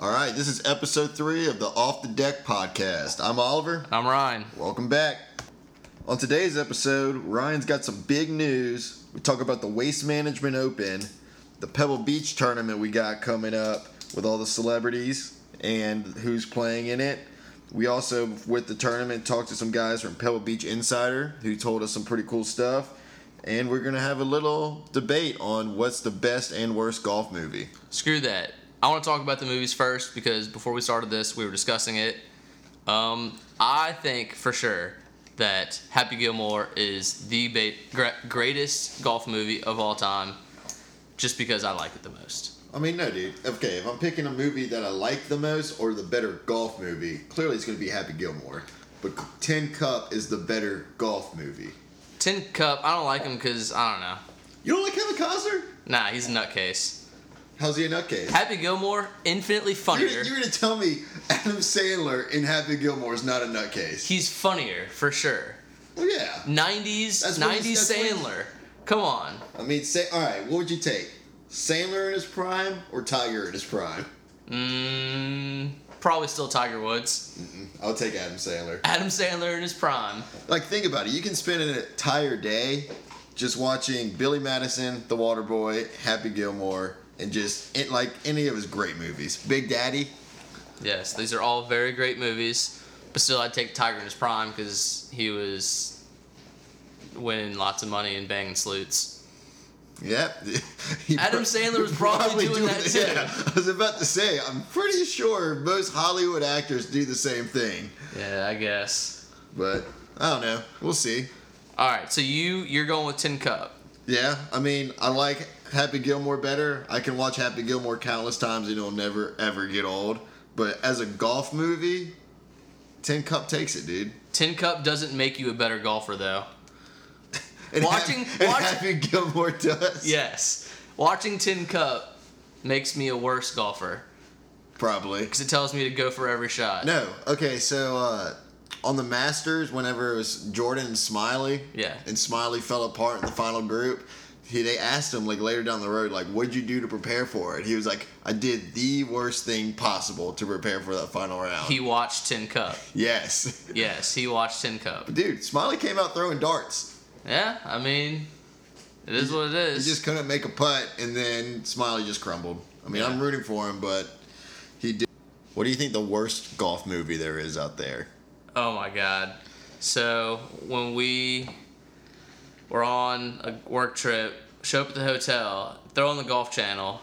All right, this is episode three of the Off the Deck podcast. I'm Oliver. I'm Ryan. Welcome back. On today's episode, Ryan's got some big news. We talk about the Waste Management Open, the Pebble Beach tournament we got coming up with all the celebrities and who's playing in it. We also, with the tournament, talked to some guys from Pebble Beach Insider who told us some pretty cool stuff. And we're going to have a little debate on what's the best and worst golf movie. Screw that. I want to talk about the movies first because before we started this, we were discussing it. Um, I think for sure that Happy Gilmore is the ba- gra- greatest golf movie of all time just because I like it the most. I mean, no, dude. Okay, if I'm picking a movie that I like the most or the better golf movie, clearly it's going to be Happy Gilmore. But Ten Cup is the better golf movie. Tin Cup, I don't like him because, I don't know. You don't like Kevin Costner? Nah, he's a nutcase. How's he a nutcase? Happy Gilmore, infinitely funnier. You're, you're going to tell me Adam Sandler in Happy Gilmore is not a nutcase? he's funnier, for sure. Well, yeah. 90s, That's what 90s he's- that's what Sandler. Come on. I mean, say, all right, what would you take? Sandler in his prime or Tiger in his prime? Mm, probably still Tiger Woods. I'll take Adam Sandler. Adam Sandler in his prime. Like, think about it. You can spend an entire day just watching Billy Madison, The Waterboy, Happy Gilmore, and just it, like any of his great movies. Big Daddy. Yes, these are all very great movies, but still, I'd take Tiger in his prime because he was winning lots of money and banging sleuts. Yep. He Adam pro- Sandler was probably doing that too. I was about to say, I'm pretty sure most Hollywood actors do the same thing. Yeah, I guess. But I don't know. We'll see. All right, so you you're going with Tin Cup. Yeah, I mean, I like Happy Gilmore better. I can watch Happy Gilmore countless times and it'll never ever get old. But as a golf movie, Ten Cup takes it, dude. Tin Cup doesn't make you a better golfer though. And Watching- Happy, and watch- Happy Gilmore does. Yes, watching Tin Cup makes me a worse golfer probably. because it tells me to go for every shot. No, okay, so uh, on the Masters, whenever it was Jordan and Smiley, Yeah. and Smiley fell apart in the final group. He, they asked him like later down the road, like, "What'd you do to prepare for it?" He was like, "I did the worst thing possible to prepare for that final round." He watched Tin Cup. yes, Yes, he watched Tin Cup. Dude, Smiley came out throwing darts. Yeah, I mean, it is what it He is. just couldn't make a putt, and then Smiley just crumbled. I mean, I'm Yeah. rooting for him, but he did. What do you think the worst golf movie there is out there? Oh my god. So when we were on a work trip, show up at the hotel, throw on the golf channel,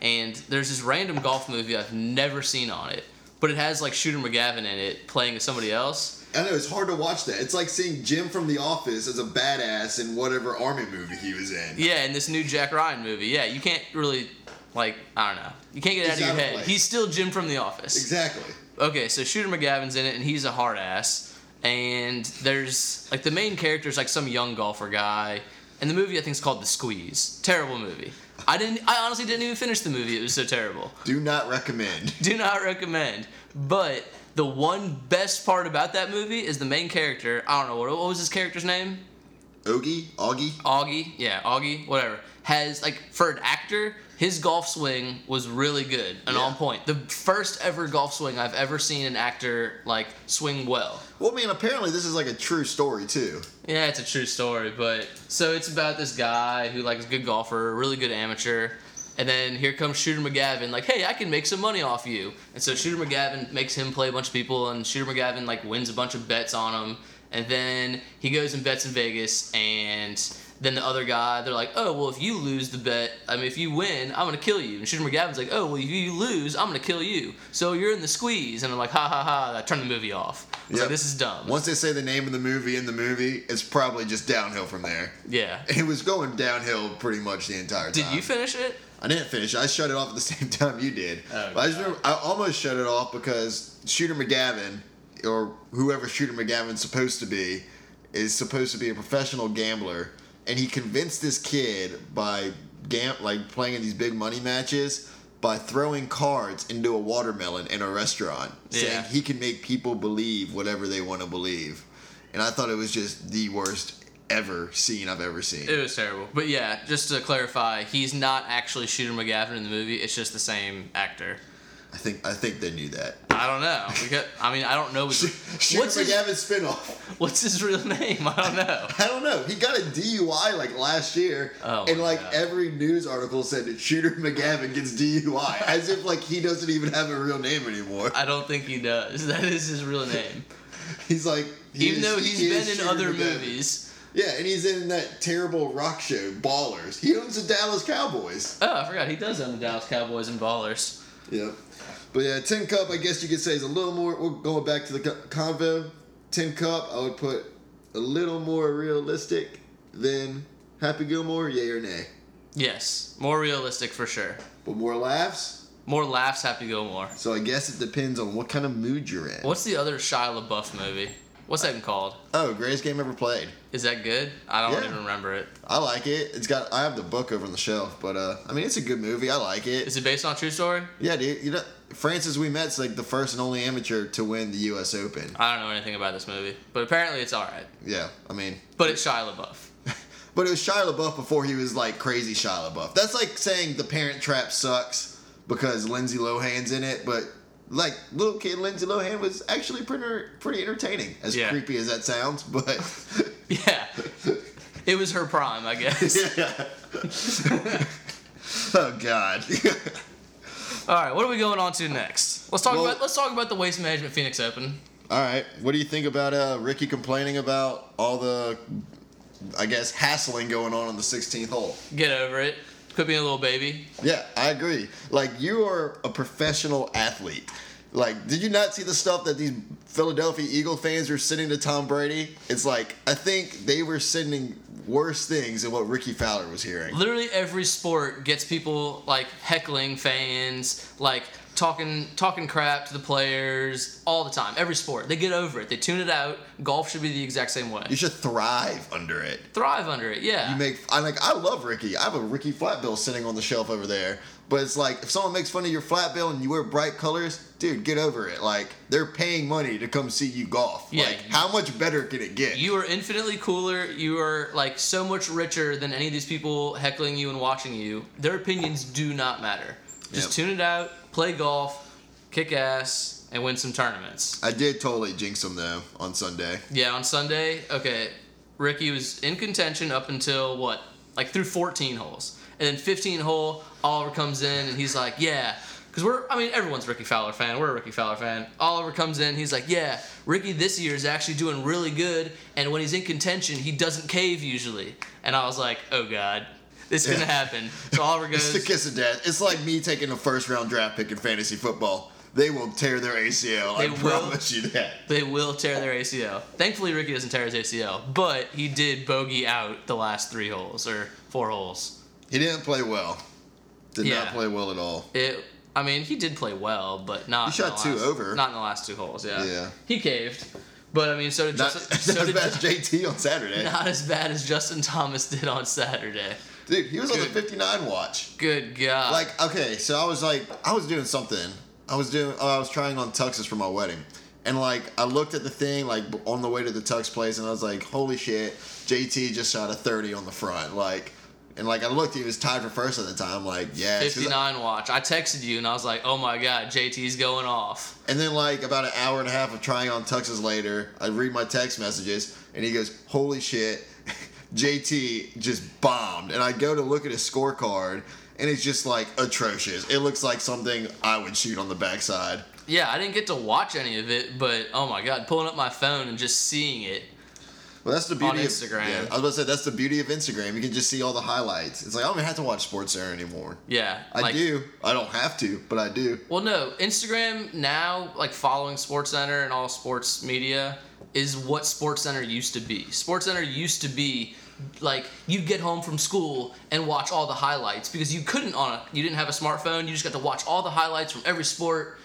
and there's this random golf movie I've never seen on it, but it has like Shooter McGavin in it playing somebody else. I know it's hard to watch that. It's like seeing Jim from The Office as a badass in whatever army movie he was in. Yeah, in this new Jack Ryan movie. Yeah, you can't really like I don't know. You can't get it out of He's your out of head. place. He's still Jim from the office. Exactly. okay, so Shooter McGavin's in it, and he's a hard ass. And there's like the main character is like some young golfer guy, and the movie I think is called The Squeeze. Terrible movie. I didn't. I honestly didn't even finish the movie. It was so terrible. Do not recommend. Do not recommend. But the one best part about that movie is the main character. I don't know what, what was his character's name. Oogie? Augie? Augie, yeah, Augie, whatever, has like for an actor, his golf swing was really good and Yeah. on point. The first ever golf swing I've ever seen an actor like swing well. Well, I mean, apparently this is like a true story, too. Yeah, it's a true story, but so it's about this guy who like is a good golfer, really good amateur, and then here comes Shooter McGavin, like, hey, I can make some money off you. And so Shooter McGavin makes him play a bunch of people, and Shooter McGavin like wins a bunch of bets on him, and then he goes and bets in Vegas, and then the other guy, they're like, oh, well, if you lose the bet, I mean, if you win, I'm gonna kill you. And Shooter McGavin's like, oh, well, if you lose, I'm gonna kill you. So you're in the squeeze, and I'm like, ha ha ha, and I turn the movie off. I was Yep. like, this is dumb. Once they say the name of the movie in the movie, it's probably just downhill from there. Yeah. It was going downhill pretty much the entire time. Did you finish it? I didn't finish. I shut it off at the same time you did. Oh, but I just remember, I almost shut it off because Shooter McGavin, or whoever Shooter McGavin's supposed to be, is supposed to be a professional gambler, and he convinced this kid by gam- like playing in these big money matches by throwing cards into a watermelon in a restaurant, saying Yeah. he can make people believe whatever they want to believe. And I thought it was just the worst ever scene I've ever seen. It was terrible. But yeah, just to clarify, he's not actually Shooter McGavin in the movie. It's just the same actor. I think I think they knew that. I don't know. We got, I mean, I don't know. His, Shooter what's his McGavin's spinoff. What's his real name? I don't know. I don't know. He got a DUI like last year, Oh, and my like God. every news article said that Shooter McGavin gets DUI, as if like he doesn't even have a real name anymore. I don't think he does. That is his real name. He's like, he Even is- though he he's is been in Shooter other McGavin. movies. Yeah, and he's in that terrible rock show, Ballers. He owns the Dallas Cowboys. Oh, I forgot he does own the Dallas Cowboys and Ballers. Yep. But yeah, Tin Cup, I guess you could say is a little more. We're going back to the co- convo. Tin Cup, I would put a little more realistic than Happy Gilmore, yay or nay. Yes, more realistic for sure. But more laughs, More laughs, Happy Gilmore. So I guess it depends on what kind of mood you're in. What's the other Shia LaBeouf movie? What's that called? Oh, greatest game ever played. Is that good? I don't Yeah. even remember it. I like it. It's got. I have the book over on the shelf, but uh, I mean, it's a good movie. I like it. Is it based on a true story? Yeah, dude. You know, Francis We Met's like the first and only amateur to win the U.S. Open. I don't know anything about this movie, but apparently it's all right. Yeah, I mean, But it's Shia LaBeouf. but it was Shia LaBeouf before he was like crazy Shia LaBeouf. That's like saying The Parent Trap sucks because Lindsay Lohan's in it, but like little kid Lindsay Lohan was actually pretty pretty entertaining. As Yeah. creepy as that sounds, but Yeah, it was her prime, I guess. Yeah. oh God. All right, what are we going on to next? Let's talk Well- about let's talk about the Waste Management Phoenix Open. All right. What do you think about uh, Ricky complaining about all the, I guess, hassling going on on the 16th hole? Get over it. Quit being a little baby. Yeah, I agree. Like you are a professional athlete. Like, did you not see the stuff that these Philadelphia Eagle fans were sending to Tom Brady? It's like I think they were sending worse things than what Ricky Fowler was hearing. Literally every sport gets people like heckling fans, like talking talking crap to the players all the time. Every sport, they get over it. They tune it out. Golf should be the exact same way. You should thrive under it. Thrive under it. Yeah. You make I like I love Ricky. I have a Ricky flat bill sitting on the shelf over there. But it's like if someone makes fun of your flat bill and you wear bright colors, dude, get over it. Like they're paying money to come see you golf. Yeah, like you- how much better can it get? You are infinitely cooler. You are like so much richer than any of these people heckling you and watching you. Their opinions do not matter. Just Yep. tune it out, play golf, kick ass, and win some tournaments. I did totally jinx him though on Sunday. Yeah, on Sunday, okay, Ricky was in contention up until what? Like through 14 holes. And then 15 hole, Oliver comes in and he's like, yeah. Because we're, I mean, everyone's a Ricky Fowler fan. We're a Ricky Fowler fan. Oliver comes in, he's like, yeah, Ricky this year is actually doing really good. And when he's in contention, he doesn't cave usually. And I was like, oh God, this is going to Yeah. happen. So Oliver It's goes, the kiss of death. It's like me taking a first round draft pick in fantasy football. They will tear their ACL. I They will. promise you that. they will tear their ACL. Thankfully, Ricky doesn't tear his ACL, but he did bogey out the last three holes or four holes. He didn't play well. Did Yeah. not play well at all. It. I mean, he did play well, but not. He in shot the two last- over. Not in the last two holes. Yeah. Yeah. He caved, but I mean, so did Not, Justin. not so as did, bad as JT on Saturday. not as bad as Justin Thomas did on Saturday. Dude, he was on the Good. 59 watch. Good God. like okay so i was like i was doing something i was doing oh, i was trying on tuxes for my wedding and like i looked at the thing like on the way to the tux place and i was like holy shit jt just shot a 30 on the front like and like i looked he was tied for first at the time I'm like yeah 59 watch. I texted you and I was like, oh my God, JT's going off. and then like about an hour and a half of trying on tuxes later i read my text messages and he goes holy shit jt just bombed and i go to look at his scorecard and it's just like atrocious it looks like something i would shoot on the backside Yeah, I didn't get to watch any of it, but oh my God, pulling up my phone and just seeing it. Well, that's the beauty On of Instagram. Yeah, I was about to say that's the beauty of Instagram. You can just see all the highlights. It's like I don't even have to watch Sports Center anymore. Yeah. I like, do. I don't have to, but I do. Well, no, Instagram now, like following SportsCenter and all sports media, is what SportsCenter used to be. SportsCenter used to be like you'd get home from school and watch all the highlights because you couldn't on a you didn't have a smartphone. You just got to watch all the highlights from every sport,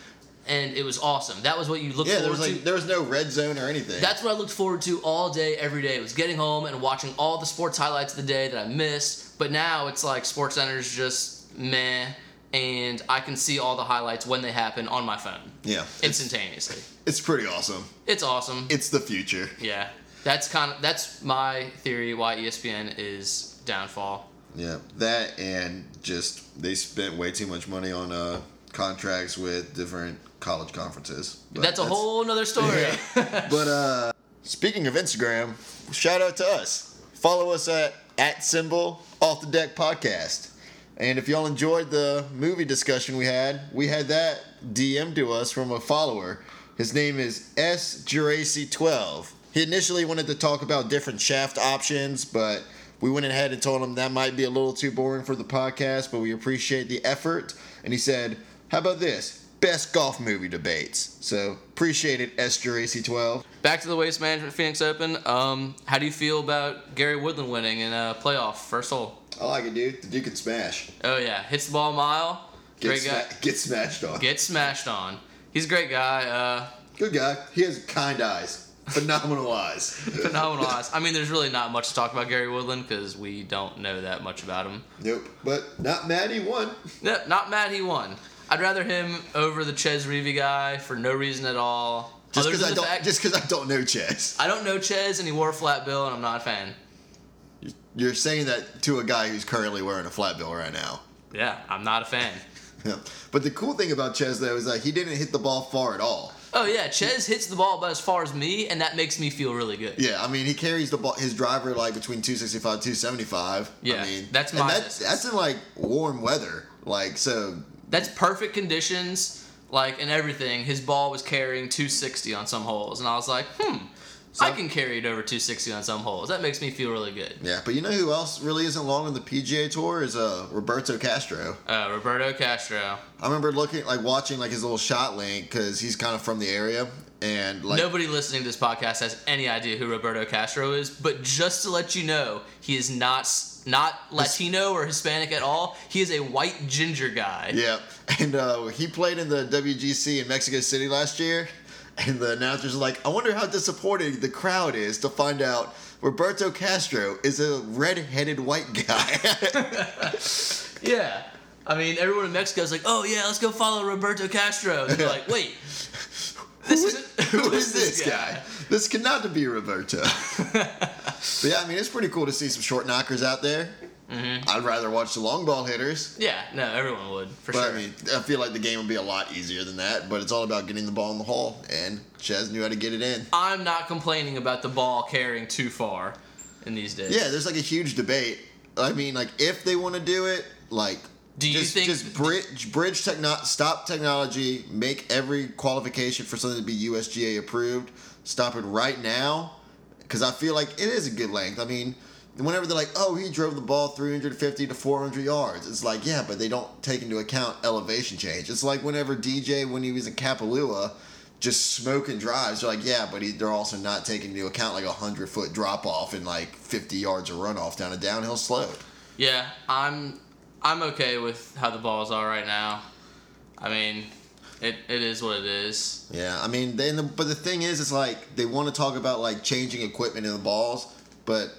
and it was awesome. That was what you looked Yeah, there forward was like to. there was no red zone or anything. That's what I looked forward to all day, every day. Was getting home and watching all the sports highlights of the day that I missed. But now it's like Sports Center's just meh, and I can see all the highlights when they happen on my phone yeah, it's, instantaneously. it's pretty awesome. It's awesome. It's the future. Yeah, that's kind of that's my theory why E ESPN is downfall. Yeah, that and just they spent way too much money on uh, contracts with different college conferences. But that's a whole nother story. But uh, speaking of Instagram, shout out to us. Follow us at at symbol off the deck podcast. And if y'all enjoyed the movie discussion we had, we had that DM to us from a follower. His name is S Geraci 12. He initially wanted to talk about different shaft options, but we went ahead and told him that might be a little too boring for the podcast, but we appreciate the effort. And he said, How about this? Best golf movie debates. So appreciate it, S Geraci 12. Back to the Waste Management Phoenix Open. Um, how do you feel about Gary Woodland winning in a playoff first hole? I like it, dude. The dude can smash. Oh yeah, hits the ball a mile. Get, Great guy. sma- get smashed on. Get smashed on. He's a great guy. Uh, Good guy. He has kind eyes. Phenomenal eyes. phenomenal eyes. I mean, there's really not much to talk about Gary Woodland because we don't know that much about him. Nope. But not mad he won. No, not mad he won. I'd rather him over the Ches Reavy guy for no reason at all. Just other because than I the don't. fact- Just because I don't know chess. I don't know Ches and he wore a flat bill and I'm not a fan. You're saying that to a guy who's currently wearing a flat bill right now. Yeah, I'm not a fan. Yeah. But the cool thing about Ches though is that he didn't hit the ball far at all. Oh yeah, Ches hits the ball about as far as me, and that makes me feel really good. Yeah, I mean he carries the ball his driver like between 265 275. I Yeah, mean, that's and my that's, distance. that's in like warm weather. Like so That's perfect conditions, like and everything. His ball was carrying 260 on some holes, and I was like, hmm, I can carry it over 260 on some holes. That makes me feel really good. yeah, but you know who else really isn't long on the PGA tour is uh Roberto Castro. Uh, Roberto Castro. I remember looking like watching like his little shot link cuz he's kind of from the area and like Nobody listening to this podcast has any idea who Roberto Castro is, but just to let you know, he is not s- not Latino or Hispanic at all. He is a white ginger guy. Yeah, and uh, he played in the WGC in Mexico City last year, and the announcers are like, "I wonder how disappointed the crowd is to find out Roberto Castro is a red-headed white guy." Yeah. I mean, everyone in Mexico is like, oh, yeah, let's go follow Roberto Castro. And they're like, wait, this isn't, Who is this guy? This cannot be Roberto. but yeah, I mean, it's pretty cool to see some short knockers out there. I'd rather watch the long ball hitters. Yeah, no, everyone would, for But sure. I mean, I feel like the game would be a lot easier than that. But it's all about getting the ball in the hole, and Chaz knew how to get it in. I'm not complaining about the ball carrying too far in these days. Yeah, there's like a huge debate. I mean, like if they want to do it, like Do you just, think- just bridge bridge techno- stop technology, make every qualification for something to be USGA approved, stop it right now, because I feel like it is a good length. I mean, whenever they're like, oh, he drove the ball 350 to 400 yards, it's like yeah, but they don't take into account elevation change. It's like whenever DJ when he was in Kapalua. Just smoking drives. They're like, yeah, but he, they're also not taking into account like a hundred foot drop off and like fifty yards of runoff down a downhill slope. Yeah, I'm I'm okay with how the balls are right now. I mean, it, it is what it is. Yeah, I mean, then the, but the thing is, it's like they want to talk about like changing equipment in the balls, but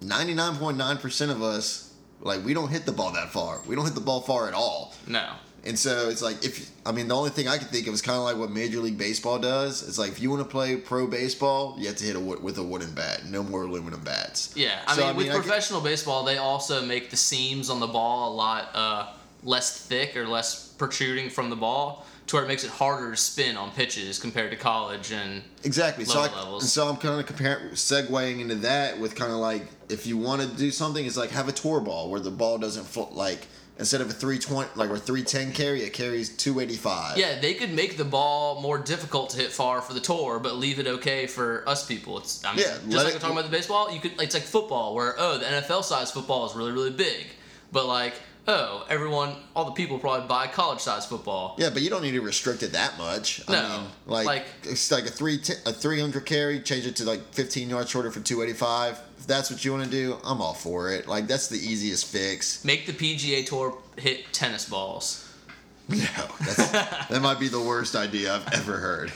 ninety nine point nine percent of us like we don't hit the ball that far. We don't hit the ball far at all, No. and so it's like if I mean the only thing I could think of is kind of like what Major League Baseball does. It's like if you want to play pro baseball, you have to hit a, wo- with a wooden bat, no more aluminum bats. Yeah, I So, mean, with I get- professional baseball, they also make the seams on the ball a lot uh, less thick or less protruding from the ball, to where it makes it harder to spin on pitches compared to college. And Exactly. So, I, lower levels. and so I'm kind of comparing, segueing into that with kind of like if you want to do something, it's like have a tour ball where the ball doesn't fl- like instead of a 320 like or 310 carry, it carries 285. yeah, they could make the ball more difficult to hit far for the tour, but leave it okay for us people. It's I mean, Yeah, just let like it- we're talking about the baseball, you could it's like football where oh the NFL size football is really really big, but like oh everyone all the people probably buy college size football. Yeah, but you don't need to restrict it that much. I No. mean, like, Like- it's like a three a 300 carry, change it to like 15 yards shorter for 285. If that's what you want to do, I'm all for it. Like that's the easiest fix. Make the PGA tour hit tennis balls. No, that's, that might be the worst idea I've ever heard.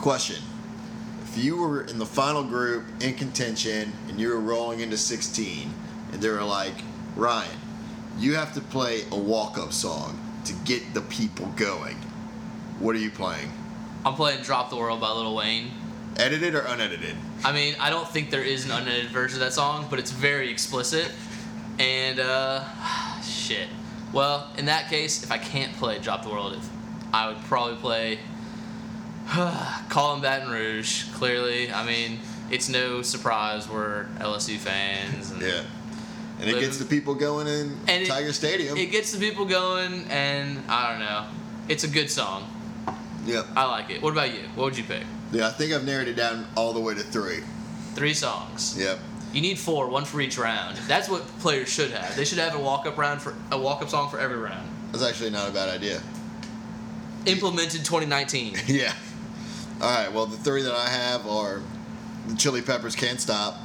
Question: If you were in the final group in contention and you were rolling into 16, and they were like, Ryan, you have to play a walk-up song to get the people going. What are you playing? I'm playing Drop the World by Lil Wayne. Edited or unedited? I mean, I don't think there is an unedited version of that song, but it's very explicit. And, uh, shit. Well, in that case, if I can't play Drop the World, if I would probably play Colin Baton Rouge. Clearly, I mean, it's no surprise we're LSU fans. And Yeah. And it But- gets the people going in And it- Tiger Stadium. It gets the people going, and I don't know. It's a good song. yeah. I like it. What about you? What would you pick? Yeah, I think I've narrowed it down all the way to three. Three songs. Yep. You need four, one for each round. That's what players should have. They should have a walk-up round for a walk-up song for every round. That's actually not a bad idea. Implemented 2019. Yeah. All right. Well, the three that I have are the Chili Peppers "Can't Stop,"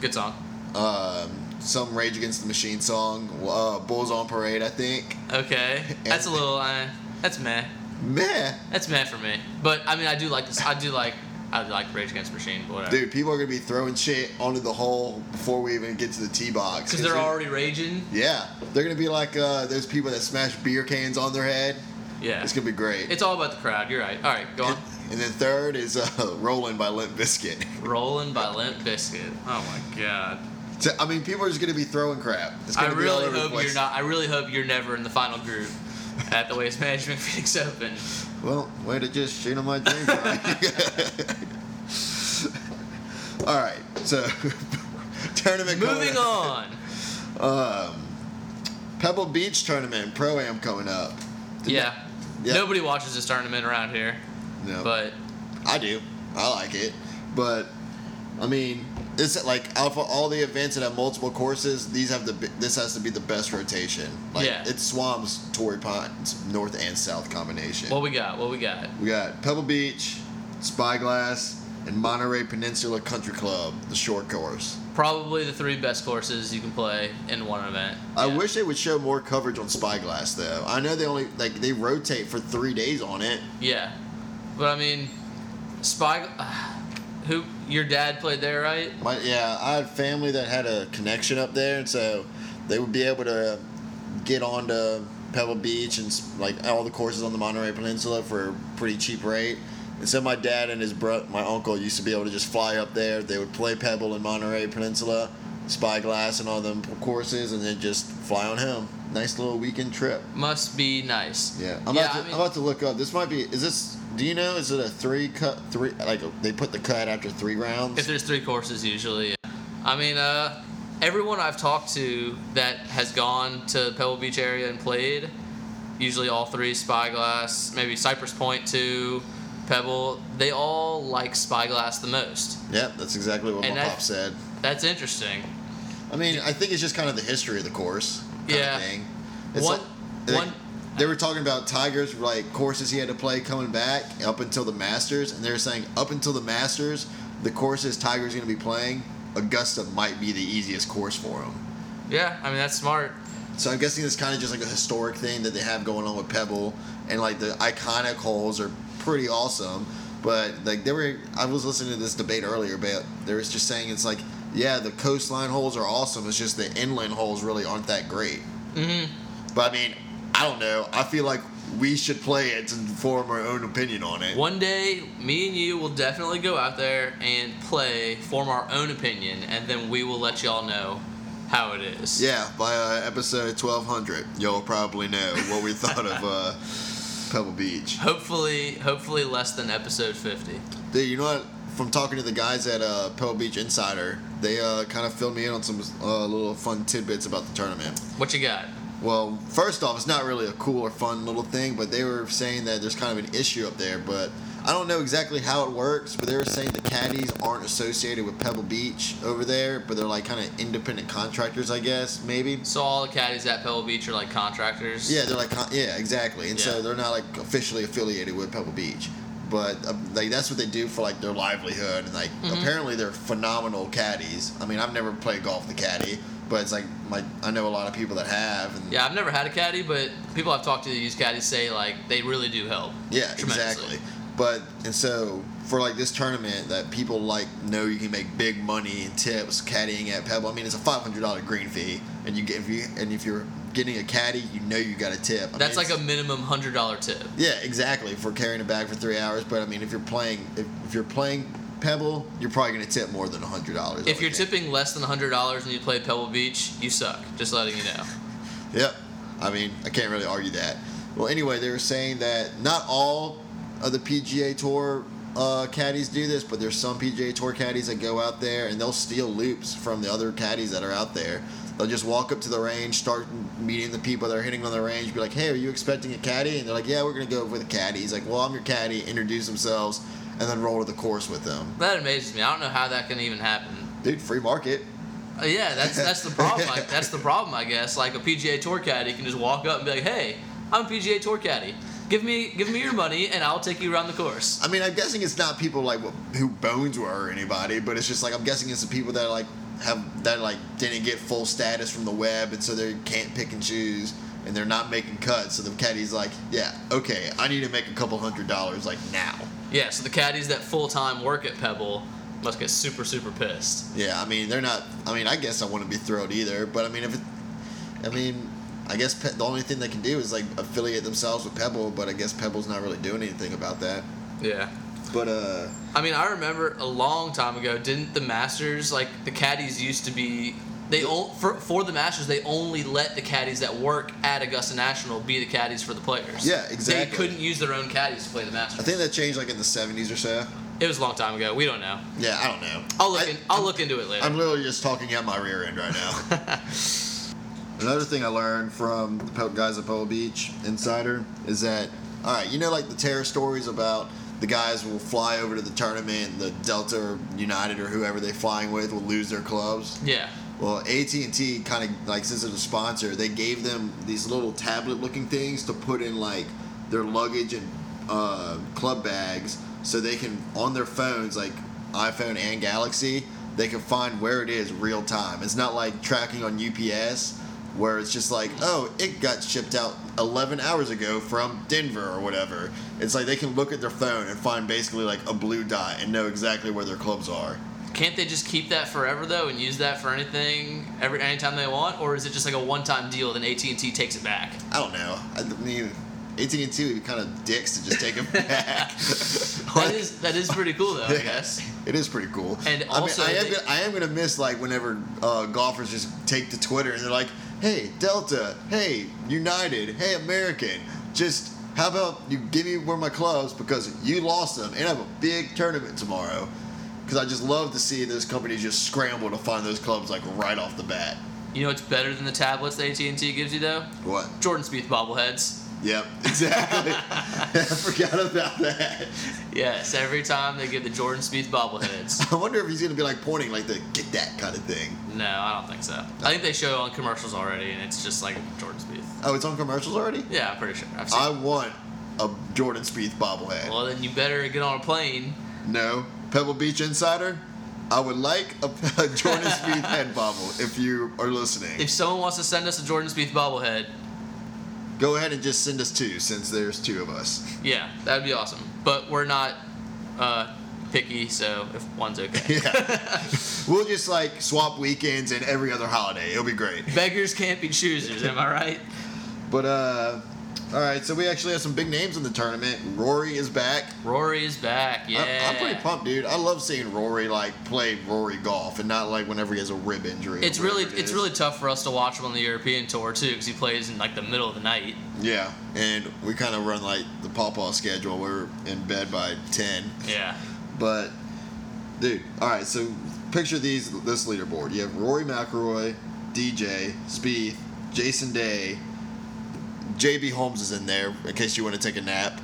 Good song. um, some Rage Against the Machine song, uh, "Bulls on Parade," I think. Okay, that's a little. Uh, that's meh. Meh. That's meh for me. But I mean, I do like this. I do like. I do like Rage Against the Machine. But whatever. Dude, people are gonna be throwing shit onto the hole before we even get to the tee box. Because they're It's- already raging. Yeah, they're gonna be like uh, those people that smash beer cans on their head. Yeah. It's gonna be great. It's all about the crowd. You're right. All right, go on. and then third is uh, "Rolling" by Limp Bizkit. Rolling by Limp Biscuit. Oh my god. So, I mean, people are just gonna be throwing crap. It's I gonna be all really over the hope place. you're not. I really hope you're never in the final group at the Waste Management Phoenix Open. Well, way to just shoot on my dream. All right, so tournament. Moving coming up. on. Pebble Beach tournament pro am coming up. Yeah. Yeah. Nobody watches this tournament around here, No, but I do. I like it, but I mean, it's like out of all the events that have multiple courses, these have the bi- this has to be the best rotation. Like, Yeah. It's Swam's Torrey Pines North and South combination. what we got? What we got? We got Pebble Beach, Spyglass, and Monterey Peninsula Country Club, the short course. Probably the three best courses you can play in one event. I Yeah. wish they would show more coverage on Spyglass though. I know they only like they rotate for three days on it. Yeah, but I mean, Spy. Who your dad played there, right? My yeah, I had family that had a connection up there, and so they would be able to get onto Pebble Beach and like all the courses on the Monterey Peninsula for a pretty cheap rate. And so my dad and his bro, my uncle, used to be able to just fly up there. They would play Pebble and Monterey Peninsula, Spyglass, and all them courses, and then just fly on home. Nice little weekend trip. Must be nice. Yeah, I'm, about to, I mean, I'm about to look up. This might be. Is this? Do you know? Is it a three cut? Three like they put the cut after three rounds. if there's three courses usually. I mean, uh, everyone I've talked to that has gone to Pebble Beach area and played, usually all three Spyglass, maybe Cypress Point too, Pebble. They all like Spyglass the most. Yep, that's exactly what And my that- pop said. That's interesting. I mean, I think it's just kind of the history of the course. Kind Yeah. Of thing. It's One- they- one- They were talking about Tiger's like courses he had to play coming back up until the Masters, and they were saying up until the Masters, the courses Tiger's going to be playing, Augusta might be the easiest course for him. Yeah, I mean that's smart. So I'm guessing it's kind of just like a historic thing that they have going on with Pebble, and like the iconic holes are pretty awesome. But like they were, I was listening to this debate earlier, but they was just saying it's like, yeah, the coastline holes are awesome. It's just the inland holes really aren't that great. Mm-hmm. But I mean, I don't know. I feel like we should play it to form our own opinion on it. One day, me and you will definitely go out there and play, form our own opinion, and then we will let y'all know how it is. Yeah, by uh, episode 1200, you'll probably know what we thought of uh, Pebble Beach. Hopefully, hopefully less than episode 50. Dude, you know what? From talking to the guys at uh, Pebble Beach Insider, they uh, kind of filled me in on some uh, little fun tidbits about the tournament. What you got? Well, first off, it's not really a cool or fun little thing, but they were saying that there's kind of an issue up there. But I don't know exactly how it works, but they were saying the caddies aren't associated with Pebble Beach over there, but they're like kind of independent contractors, I guess, maybe. So all the caddies at Pebble Beach are like contractors. Yeah, they're like, con- yeah, exactly. And Yeah. so they're not like officially affiliated with Pebble Beach, but uh, like that's what they do for like their livelihood. And like Mm-hmm. apparently they're phenomenal caddies. I mean, I've never played golf with a caddy, but it's like my I know a lot of people that have. And Yeah, I've never had a caddy, but people I've talked to that use caddies say like they really do help. Yeah, tremendously. exactly. But and so for like this tournament that people like know you can make big money and tips caddying at Pebble. I mean, it's a five hundred dollar green fee, and you get if you and if you're getting a caddy, you know you got a tip. I That's mean, like a minimum hundred dollar tip. Yeah, exactly. For carrying a bag for three hours, but I mean, if you're playing, if, if you're playing Pebble, you're probably gonna tip more than hundred dollars. If you're tipping less than hundred dollars and you play Pebble Beach, you suck. Just letting you know. yep. I mean, I can't really argue that. Well, anyway, they were saying that not all of the PGA Tour uh, caddies do this, but there's some PGA Tour caddies that go out there and they'll steal loops from the other caddies that are out there. They'll just walk up to the range, start meeting the people that are hitting on the range, be like, hey, are you expecting a caddy? And they're like, yeah, we're going to go with a caddy. He's like, well, I'm your caddy, introduce themselves, and then roll to the course with them. That amazes me. I don't know how that can even happen. Dude, free market. Uh, yeah, that's that's the problem. I, that's the problem, I guess. Like a PGA Tour caddy can just walk up and be like, "Hey, I'm a PGA Tour caddy. Give me give me your money, and I'll take you around the course." I mean, I'm guessing it's not people like who Bones were or anybody, but it's just like I'm guessing it's the people that like have that like didn't get full status from the web, and so they can't pick and choose, and they're not making cuts. So the caddy's like, yeah, okay, I need to make a couple hundred dollars like now. Yeah, so the caddies that full time work at Pebble must get super super pissed. Yeah, I mean they're not. I mean, I guess I wouldn't be thrilled either, but I mean if it, I mean. I guess Pe- the only thing they can do is like affiliate themselves with Pebble, but I guess Pebble's not really doing anything about that. Yeah. But uh, I mean, I remember a long time ago. Didn't the Masters like the caddies used to be? They o- for, for the Masters they only let the caddies that work at Augusta National be the caddies for the players. Yeah, exactly. They couldn't use their own caddies to play the I Masters. think that changed like in the '70s or so. it was a long time ago. We don't know. Yeah, I don't know. I'll look. I- in, I'll look into it later. I'm literally just talking out my rear end right now. Another thing I learned from the Pe- guys at Pebble Beach Insider is that, all right, you know, like the terror stories about the guys will fly over to the tournament, and the Delta or United or whoever they're flying with will lose their clubs. yeah. Well, AT and T kind of like since it's a sponsor, they gave them these little tablet-looking things to put in like their luggage and uh, club bags, so they can on their phones, like iPhone and Galaxy, they can find where it is real time. It's not like tracking on UPS, where it's just like, oh, it got shipped out 11 hours ago from Denver or whatever. It's like they can look at their phone and find basically like a blue dot and know exactly where their clubs are. Can't they just keep that forever though and use that for anything every anytime they want, or is it just like a one-time deal? Then AT and T takes it back. I don't know. I mean, AT and T would be kind of dicks to just take it back. That is that is pretty cool though. I Yeah. guess. it is pretty cool. And also I, mean, I, am they- gonna, I am gonna miss like whenever uh, golfers just take to Twitter and they're like, "Hey Delta, hey United, hey American, just how about you give me where my clubs because you lost them and I have a big tournament tomorrow." Because I just love to see those companies just scramble to find those clubs like right off the bat. You know what's better than the tablets that AT and T gives you though? What? Jordan Spieth bobbleheads. Yep, exactly. I forgot about that. Yes, every time they give the Jordan Spieth bobbleheads. I wonder if he's gonna be like pointing like the get that kind of thing. no, I don't think so. I think they show it on commercials already, and it's just like Jordan Spieth. Oh, it's on commercials already. Yeah, I'm pretty sure. I've seen. I want a Jordan Spieth bobblehead. well, then you better get on a plane. No, Pebble Beach Insider. I would like a, a Jordan Spieth head bobble if you are listening. If someone wants to send us a Jordan Spieth bobblehead, Go ahead and just send us two, since there's two of us. yeah, that'd be awesome. But we're not uh, picky, so if one's okay. Yeah, we'll just like swap weekends and every other holiday. It'll be great. Beggars can't be choosers, am I right? But uh, all right. So we actually have some big names in the tournament. Rory is back. Rory is back. Yeah. I, I'm pretty pumped, dude. I love seeing Rory like play Rory golf, and not like whenever he has a rib injury. or It's really whatever it it's is. really tough for us to watch him on the European tour too, because he plays in like the middle of the night. yeah. And we kind of run like the pawpaw schedule. We're in bed by ten, Yeah. but dude, all right. So picture these this leaderboard. You have Rory McIlroy, DJ Spieth, Jason Day, JB Holmes is in there in case you want to take a nap.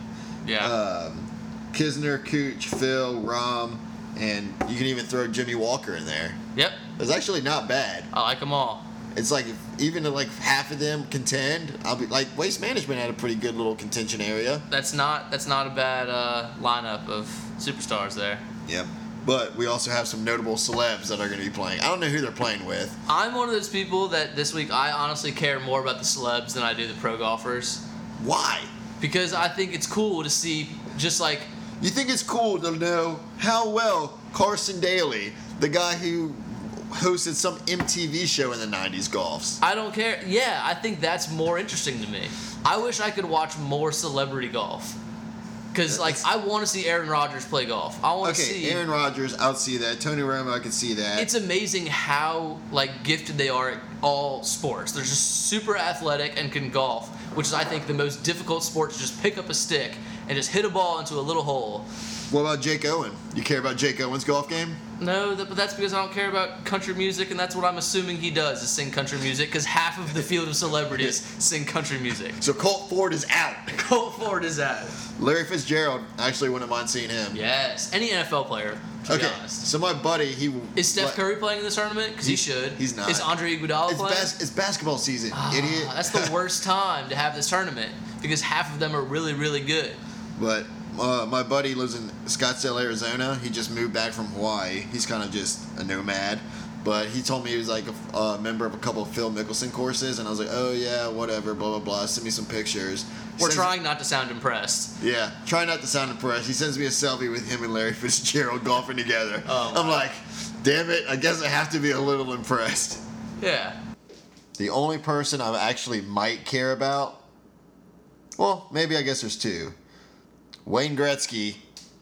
Yeah. Um, Kisner, Cooch, Phil, Rom, and you can even throw Jimmy Walker in there. yep. It's actually not bad. I like them all. It's like if even if like half of them contend, I'll be like waste management had a pretty good little contention area. That's not that's not a bad uh, lineup of superstars there. Yep. But we also have some notable celebs that are going to be playing. I don't know who they're playing with. I'm one of those people that this week I honestly care more about the celebs than I do the pro golfers Why? because I think it's cool to see just like You think it's cool to know how well Carson Daly, the guy who hosted some MTV show in the '90s, golfs? I don't care. Yeah, I think that's more interesting to me. I wish I could watch more celebrity golf. Because like I want to see Aaron Rodgers play golf. I want to Okay, see. Aaron Rodgers, I'll see that. Tony Romo, I can see that. it's amazing how like gifted they are at all sports. They're just super athletic and can golf, which is I think the most difficult sport to just pick up a stick and just hit a ball into a little hole. what about Jake Owen? You care about Jake Owen's golf game? No, that, but that's because I don't care about country music, and that's what I'm assuming he does is sing country music, because half of the field of celebrities sing country music. So Colt Ford is out. Colt Ford is out. Larry Fitzgerald, I actually wouldn't mind seeing him. Yes, any NFL player. To okay, be honest. so my buddy, he Is Steph like- Curry playing in this tournament? Because he He- should. he's not. Is Andre Iguodala It's, playing? bas- it's basketball season, Ah, idiot. That's the worst time to have this tournament because half of them are really, really good. But uh, my buddy lives in Scottsdale, Arizona. He just moved back from Hawaii. He's kind of just a nomad. But he told me he was like a uh, member of a couple of Phil Mickelson courses, and I was like, oh yeah, whatever, blah blah blah. Send me some pictures. He We're sends- trying not to sound impressed. Yeah, try not to sound impressed. He sends me a selfie with him and Larry Fitzgerald golfing together. Oh, I'm like, damn it, I guess I have to be a little impressed. Yeah. The only person I actually might care about, well, maybe I guess there's two. Wayne Gretzky,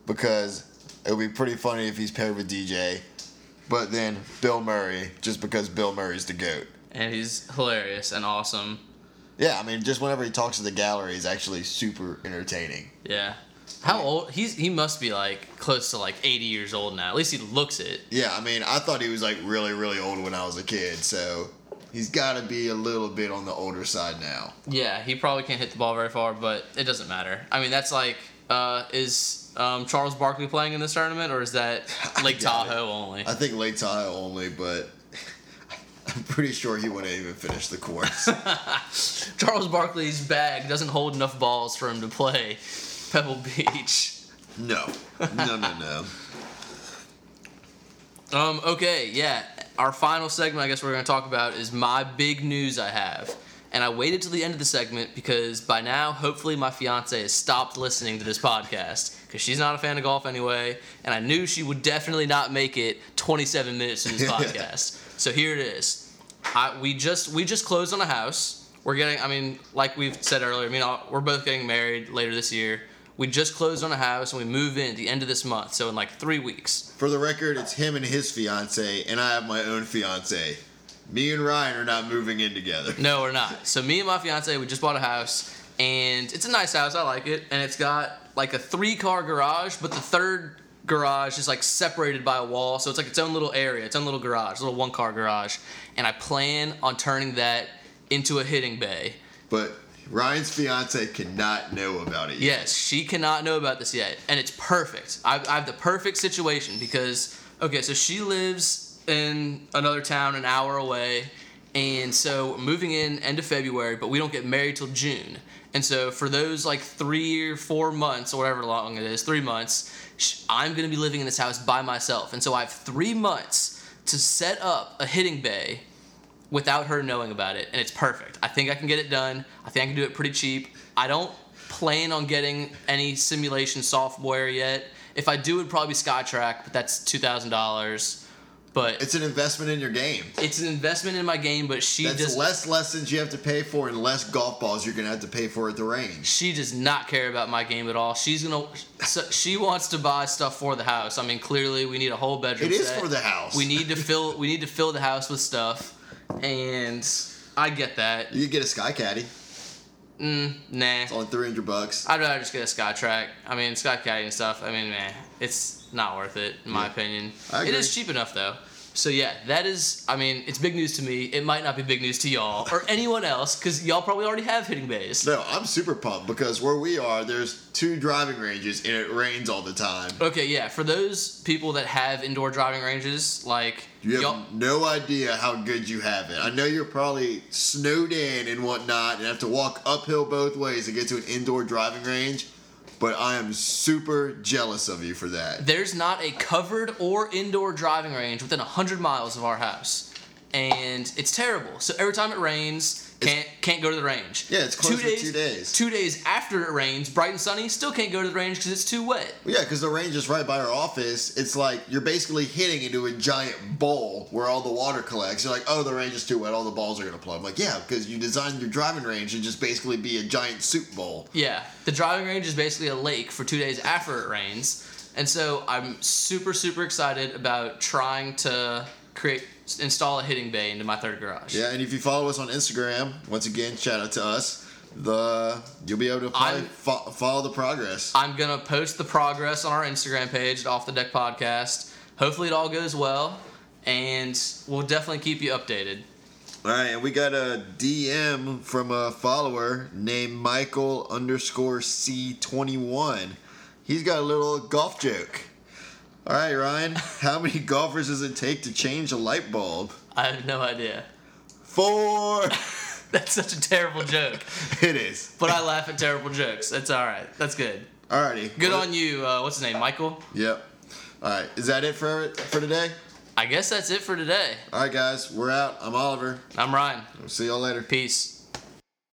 because it would be pretty funny if he's paired with DJ. But then Bill Murray, just because Bill Murray's the GOAT. And he's hilarious and awesome. Yeah, I mean, just whenever he talks to the gallery, he's actually super entertaining. Yeah. How old? He's he must be like close to like 80 years old now. At least he looks it. Yeah, I mean, I thought he was like really, really old when I was a kid, so he's got to be a little bit on the older side now. Yeah, he probably can't hit the ball very far, but it doesn't matter. I mean, that's like uh, is um, Charles Barkley playing in this tournament or is that Lake doubt it. Tahoe only? I think Lake Tahoe only, but I'm pretty sure he wouldn't even finish the course. Charles Barkley's bag doesn't hold enough balls for him to play Pebble Beach. No, no, no, no. Um, okay, yeah. Our final segment, I guess, we're going to talk about is my big news I have. And I waited till the end of the segment because by now, hopefully, my fiance has stopped listening to this podcast because she's not a fan of golf anyway. And I knew she would definitely not make it 27 minutes to this podcast. so here it is. I, we just we just closed on a house. We're getting. I mean, like we've said earlier. I mean, I'll- we're both getting married later this year. We just closed on a house and we move in at the end of this month. So in like three weeks. For the record, it's him and his fiance, and I have my own fiance. Me and Ryan are not moving in together. No, we're not. So me and my fiance, we just bought a house, and it's a nice house. I like it, and it's got like a three-car garage, but the third garage is like separated by a wall, so it's like its own little area, its own little garage, little one-car garage. And I plan on turning that into a hitting bay. But Ryan's fiance cannot know about it. yet. Yes, she cannot know about this yet, and it's perfect. I, I have the perfect situation because okay, so she lives in another town an hour away, and so moving in end of February, but we don't get married till June, and so for those like three or four months or whatever long it is, three months, sh- I'm gonna be living in this house by myself, and so I have three months to set up a hitting bay without her knowing about it, and it's perfect. I think I can get it done. I think I can do it pretty cheap. I don't plan on getting any simulation software yet. If I do, it'd probably be Skytrack, but that's two thousand dollars. But it's, It's an investment in your game. an investment in my game. But she That's does less lessons you have to pay for and less golf balls you're going to have to pay for at the range. she does not care about my game at all. She's gonna so she wants to buy stuff for the house. I mean, clearly we need a whole bedroom. It is set. for the house. We need to fill we need to fill the house with stuff, and I get that. You could get a Sky Caddy. Mm, nah. It's only 300 bucks. I'd rather just get a Skytrack. I mean, Skycaddy and stuff. I mean, man, it's not worth it in my Yeah. opinion. I It agree. is cheap enough though. So yeah, that is. I mean, it's big news to me. It might not be big news to y'all or anyone else because y'all probably already have hitting bays. No, I'm super pumped because where we are, there's two driving ranges and it rains all the time. Okay, yeah. For those people that have indoor driving ranges, like You have y'all, no idea how good you have it. I know you're probably snowed in and whatnot and have to walk uphill both ways to get to an indoor driving range, but I am super jealous of you for that. there's not a covered or indoor driving range within 100 miles of our house and it's terrible so every time it rains Can't can't go to the range. Yeah, it's closed for two days. Two days after it rains, bright and sunny, still can't go to the range because it's too wet. Well, yeah, because the range is right by our office. It's like you're basically hitting into a giant bowl where all the water collects. You're like, oh, the range is too wet. All the balls are gonna plumb. Like, yeah, because you designed your driving range to just basically be a giant soup bowl. Yeah, the driving range is basically a lake for two days after it rains, and so I'm super super excited about trying to create install a hitting bay into my third garage. Yeah, and if you follow us on Instagram, once again, shout out to us. The you'll be able to probably I'm- fo- follow the progress. I'm gonna post the progress on our Instagram page at Off the Deck Podcast. Hopefully, it all goes well, and we'll definitely keep you updated. All right, and we got a DM from a follower named Michael underscore C21. He's got a little golf joke. All right, Ryan, how many golfers does it take to change a light bulb? I have no idea. Four. That's such a terrible joke, it is. but I laugh at terrible jokes. That's all right. That's good. All righty. Good on you. Uh, what's his name? Michael. Yep. All right, is that it for for today? I guess that's it for today. All right, guys, we're out. I'm Oliver. I'm Ryan. See y'all later. Peace.